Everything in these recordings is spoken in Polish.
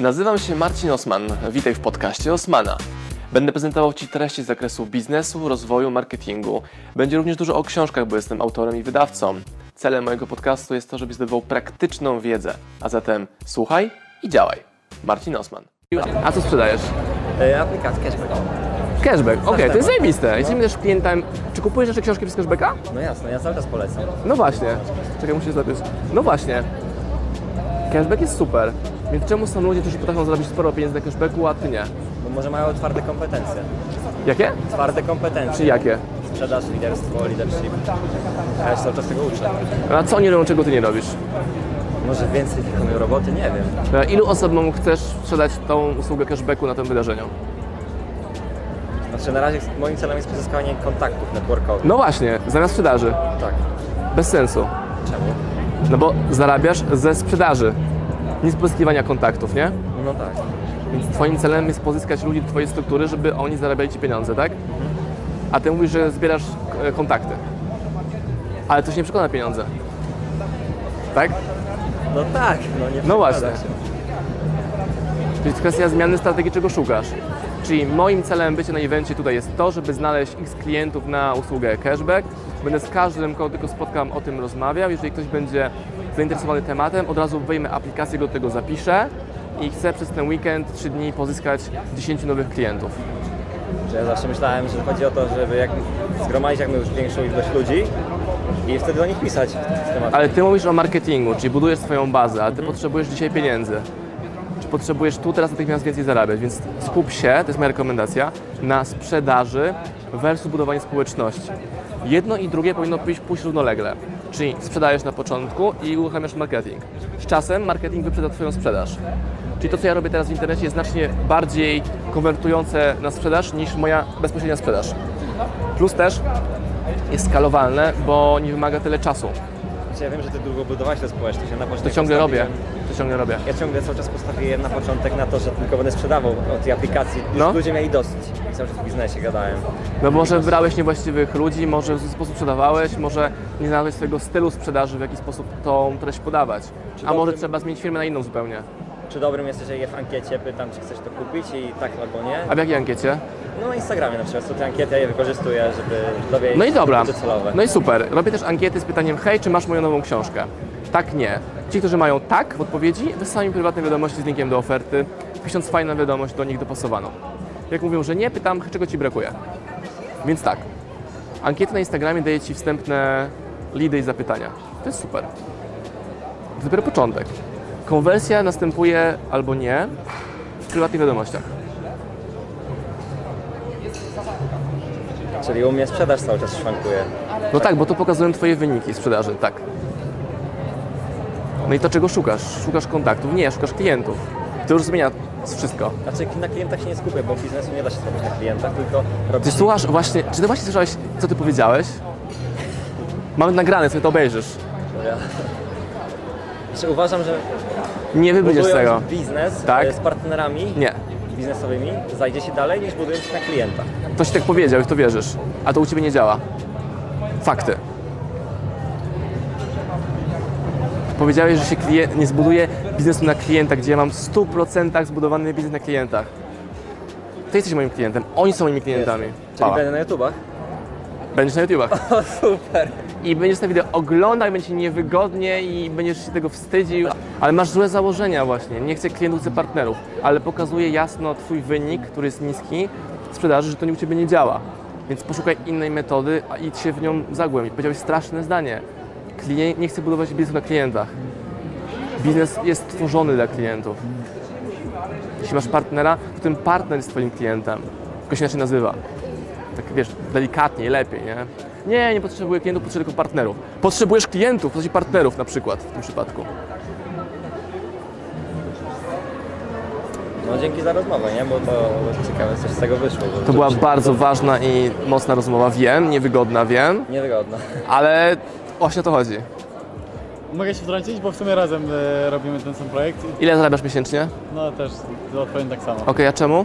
Nazywam się Marcin Osman. Witaj w podcaście Osmana. Będę prezentował Ci treści z zakresu biznesu, rozwoju, marketingu. Będzie również dużo o książkach, bo jestem autorem i wydawcą. Celem mojego podcastu jest to, żebyś zdobywał praktyczną wiedzę. A zatem słuchaj i działaj. Marcin Osman. A co sprzedajesz? E, Aplikacja cashback. Cashback. Okej, to jest zajebiste. Jesteśmy też klientem. Czy kupujesz jeszcze książki z cashbacka? No jasne, ja cały czas polecam. No właśnie. Czekaj, muszę się zapisać. No właśnie. Cashback jest super. Więc czemu są ludzie, którzy potrafią zarobić sporo pieniędzy na cashbacku, a ty nie? Bo może mają twarde kompeteje. Jakie? Twarde Czy kompetencje. jakie? Sprzedaż, liderstwo, leadership. A ja się cały czas tego uczę. A co oni robią, czego ty nie robisz? Może więcej wykonują roboty? Nie wiem. E, Ilu osobom chcesz sprzedać tą usługę cashbacku na tym wydarzeniu? Znaczy na razie moim celem jest pozyskanie kontaktów networkowych. No właśnie, zamiast sprzedaży. Tak. Bez sensu. Czemu? No bo zarabiasz ze sprzedaży. Nie z pozyskiwania kontaktów, nie? No tak. Więc twoim celem jest pozyskać ludzi do twojej struktury, żeby oni zarabiali ci pieniądze, tak? A ty mówisz, że zbierasz e, kontakty. Ale to się nie przekona na pieniądze. Tak? No tak, no nie No właśnie. przekłada się. To jest kwestia zmiany strategii, czego szukasz. Czyli moim celem bycia na evencie tutaj jest to, żeby znaleźć x klientów na usługę cashback. Będę z każdym, kogo tylko spotkam, o tym rozmawiał. Jeżeli ktoś będzie zainteresowany tematem, od razu wyjmę aplikację, go do tego zapiszę i chcę przez ten weekend, 3 dni pozyskać 10 nowych klientów. Że ja zawsze myślałem, że chodzi o to, żeby jak zgromadzić jak już większą ilość ludzi i wtedy do nich pisać w temat. Ale ty mówisz o marketingu, czyli budujesz swoją bazę, ale ty potrzebujesz dzisiaj pieniędzy. Czy potrzebujesz tu teraz natychmiast więcej zarabiać? Więc skup się, to jest moja rekomendacja, na sprzedaży versus budowanie społeczności. Jedno i drugie powinno pójść, pójść równolegle. Czyli sprzedajesz na początku i uruchamiasz marketing. Z czasem marketing wyprzedza Twoją sprzedaż. Czyli to, co ja robię teraz w internecie, jest znacznie bardziej konwertujące na sprzedaż niż moja bezpośrednia sprzedaż. Plus też jest skalowalne, bo nie wymaga tyle czasu. Znaczy, Ja wiem, że ty długo budowałeś tę społeczność. Ja na To początek ciągle robię, postawiłem- to ciągle robię. Ja ciągle cały czas postawiłem na początek na to, że tylko będę sprzedawał od tej aplikacji. Już No. Ludzie mieli dosyć. I cały czas w biznesie gadałem. No bo może wybrałeś niewłaściwych ludzi, może w zły sposób sprzedawałeś, może nie znalazłeś swojego stylu sprzedaży, w jaki sposób tą treść podawać. A może dobrym- trzeba zmienić firmę na inną zupełnie. Czy dobrym jesteś, że je w ankiecie pytam, czy chcesz to kupić i tak albo nie. A w jakiej ankiecie? No na Instagramie na przykład są te ankiety, ja je wykorzystuję, żeby dowiedzieć No i dobra. docelowe. No i super. Robię też ankiety z pytaniem, hej, czy masz moją nową książkę? Tak, nie. Ci, którzy mają tak w odpowiedzi, wysyłają mi prywatne wiadomości z linkiem do oferty, pisząc fajną wiadomość do nich dopasowaną. Jak mówią, że nie, pytam, czego Ci brakuje. Więc tak, ankiety na Instagramie daje Ci wstępne leady i zapytania. To jest super. To dopiero początek. Konwersja następuje albo nie w prywatnych wiadomościach. Czyli u mnie sprzedaż cały czas szwankuje. No tak, bo to pokazują Twoje wyniki sprzedaży, tak. No i to czego szukasz? Szukasz kontaktów? Nie, szukasz klientów. To już zmienia wszystko. Znaczy na klientach się nie skupię, bo biznesu nie da się zrobić na klientach, tylko Ty robić... słuchasz właśnie, czy ty właśnie słyszałeś, co ty powiedziałeś? Mam nagrane, sobie to obejrzysz. Ja. Znaczy uważam, że Nie wybrniesz z budując tego. biznes Tak? e, z partnerami Nie. biznesowymi zajdzie się dalej niż budując na klientach. Ktoś tak powiedział i w to wierzysz. A to u ciebie nie działa. Fakty. Powiedziałeś, że się klien- nie zbuduje biznesu na klientach, gdzie ja mam w 100% zbudowany biznes na klientach. Ty jesteś moim klientem, oni są moimi klientami. Czyli Pała. będę na YouTubach. Będziesz na YouTubach. Super. I będziesz te wideo oglądał, i będzie ci niewygodnie i będziesz się tego wstydził. Ale masz złe założenia właśnie. Nie chcę klientów, chcę partnerów. Ale pokazuje jasno twój wynik, który jest niski w sprzedaży, że to nie u ciebie nie działa. Więc poszukaj innej metody a idź się w nią zagłębić. Powiedziałeś straszne zdanie. Klien- nie chcę budować biznesu na klientach. Biznes jest tworzony dla klientów. Jeśli masz partnera, to ten partner jest twoim klientem. Tylko się inaczej nazywa tak wiesz, delikatniej, lepiej, nie? Nie, nie potrzebuję klientów, potrzebuję tylko partnerów. Potrzebujesz klientów, w sensie partnerów na przykład w tym przypadku. No dzięki za rozmowę, nie? Bo to ciekawe, coś z tego wyszło. bo To była rzeczywiście bardzo ważna i mocna rozmowa, wiem, niewygodna, wiem, Niewygodne. ale właśnie o to chodzi. Mogę się wtrącić, bo w sumie razem e, robimy ten sam projekt i Ile zarabiasz miesięcznie? no też odpowiem tak samo. Okej, a czemu?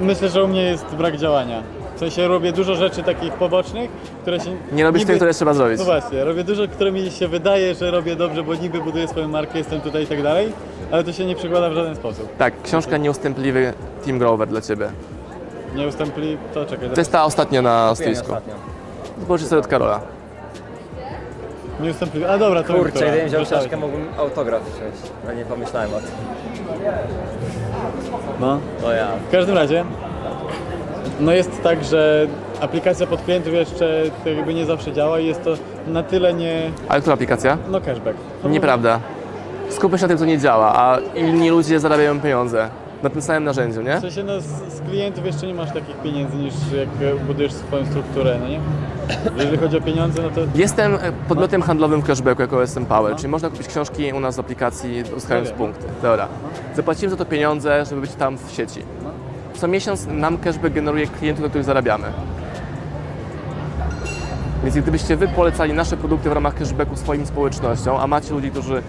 Myślę, że u mnie jest brak działania. W sensie robię dużo rzeczy takich pobocznych, które się... Nie robisz tych, które trzeba zrobić. No właśnie, robię dużo, które mi się wydaje, że robię dobrze, bo niby buduję swoją markę, jestem tutaj i tak dalej, ale to się nie przekłada w żaden sposób. Tak, książka Nieustępliwy Tim Grover dla Ciebie. Nie ustąpili, to czekaj. To jest ta ostatnia na Kupiłem stoisku. ostatnio. Zobaczcie sobie od Karola. Nie ustąpili. A dobra, to Kurczę, Wiktora. gdybym wziął Zostawię. książkę, mógłbym autograf wziąć, ale nie pomyślałem o tym. No. O ja. W każdym razie, no jest tak, że aplikacja pod klientów jeszcze to jakby nie zawsze działa i jest to na tyle nie... Ale która aplikacja? no cashback. No, Nieprawda. Skupmy się na tym, co nie działa, a inni ludzie zarabiają pieniądze na tym samym narzędziu, nie? W sensie no, z, z klientów jeszcze nie masz takich pieniędzy niż jak e, budujesz swoją strukturę, no nie? Jeżeli chodzi o pieniądze, no to Jestem e, podmiotem handlowym w cashbacku jako SM Power, czyli można kupić książki u nas z aplikacji uzyskając No wiem. punkty. Dobra. Zapłaciłem za to pieniądze, żeby być tam w sieci. Co miesiąc nam cashback generuje klientów, na których zarabiamy. Więc gdybyście Wy polecali nasze produkty w ramach cashbacku swoim społecznościom, a macie ludzi, którzy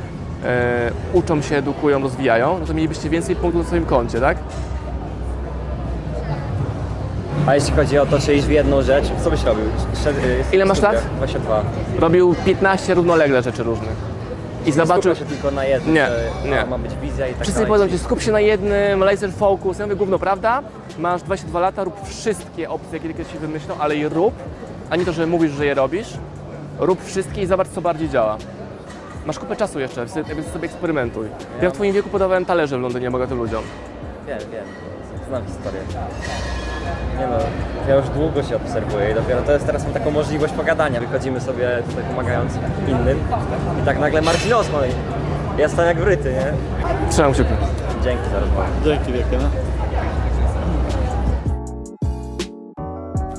e, uczą się, edukują, rozwijają, no to mielibyście więcej punktów na swoim koncie, tak? A jeśli chodzi o to, czy iść w jedną rzecz, co byś robił? Szedł, y, Ile masz lat? 22. Robił 15 równolegle rzeczy różnych. I zobaczył, Zobaczył się tylko na jednym, Nie, że nie. A, ma być wizja i tak Wszyscy mi dalej. powiedzą ci, skup się na jednym, laser focus. Ja mówię, gówno, prawda? Masz 22 lata, rób wszystkie opcje, jakie kiedyś się wymyślą, ale je rób, a nie to, że mówisz, że je robisz. Rób wszystkie i zobacz, co bardziej działa. Masz kupę czasu jeszcze, więc sobie- więc sobie eksperymentuj. Ja w twoim wieku podawałem talerze w Londynie bogatym ludziom. Wiem, wiem. Znam historię. Nie no, ja już długo się obserwuję i dopiero to jest teraz mam taką możliwość pogadania. Wychodzimy sobie tutaj pomagając innym i tak nagle Marcin Osman. i Ja stałem jak wryty, nie? Trzymam kciuki. Dzięki za rozmowę. dzięki wielkie, no.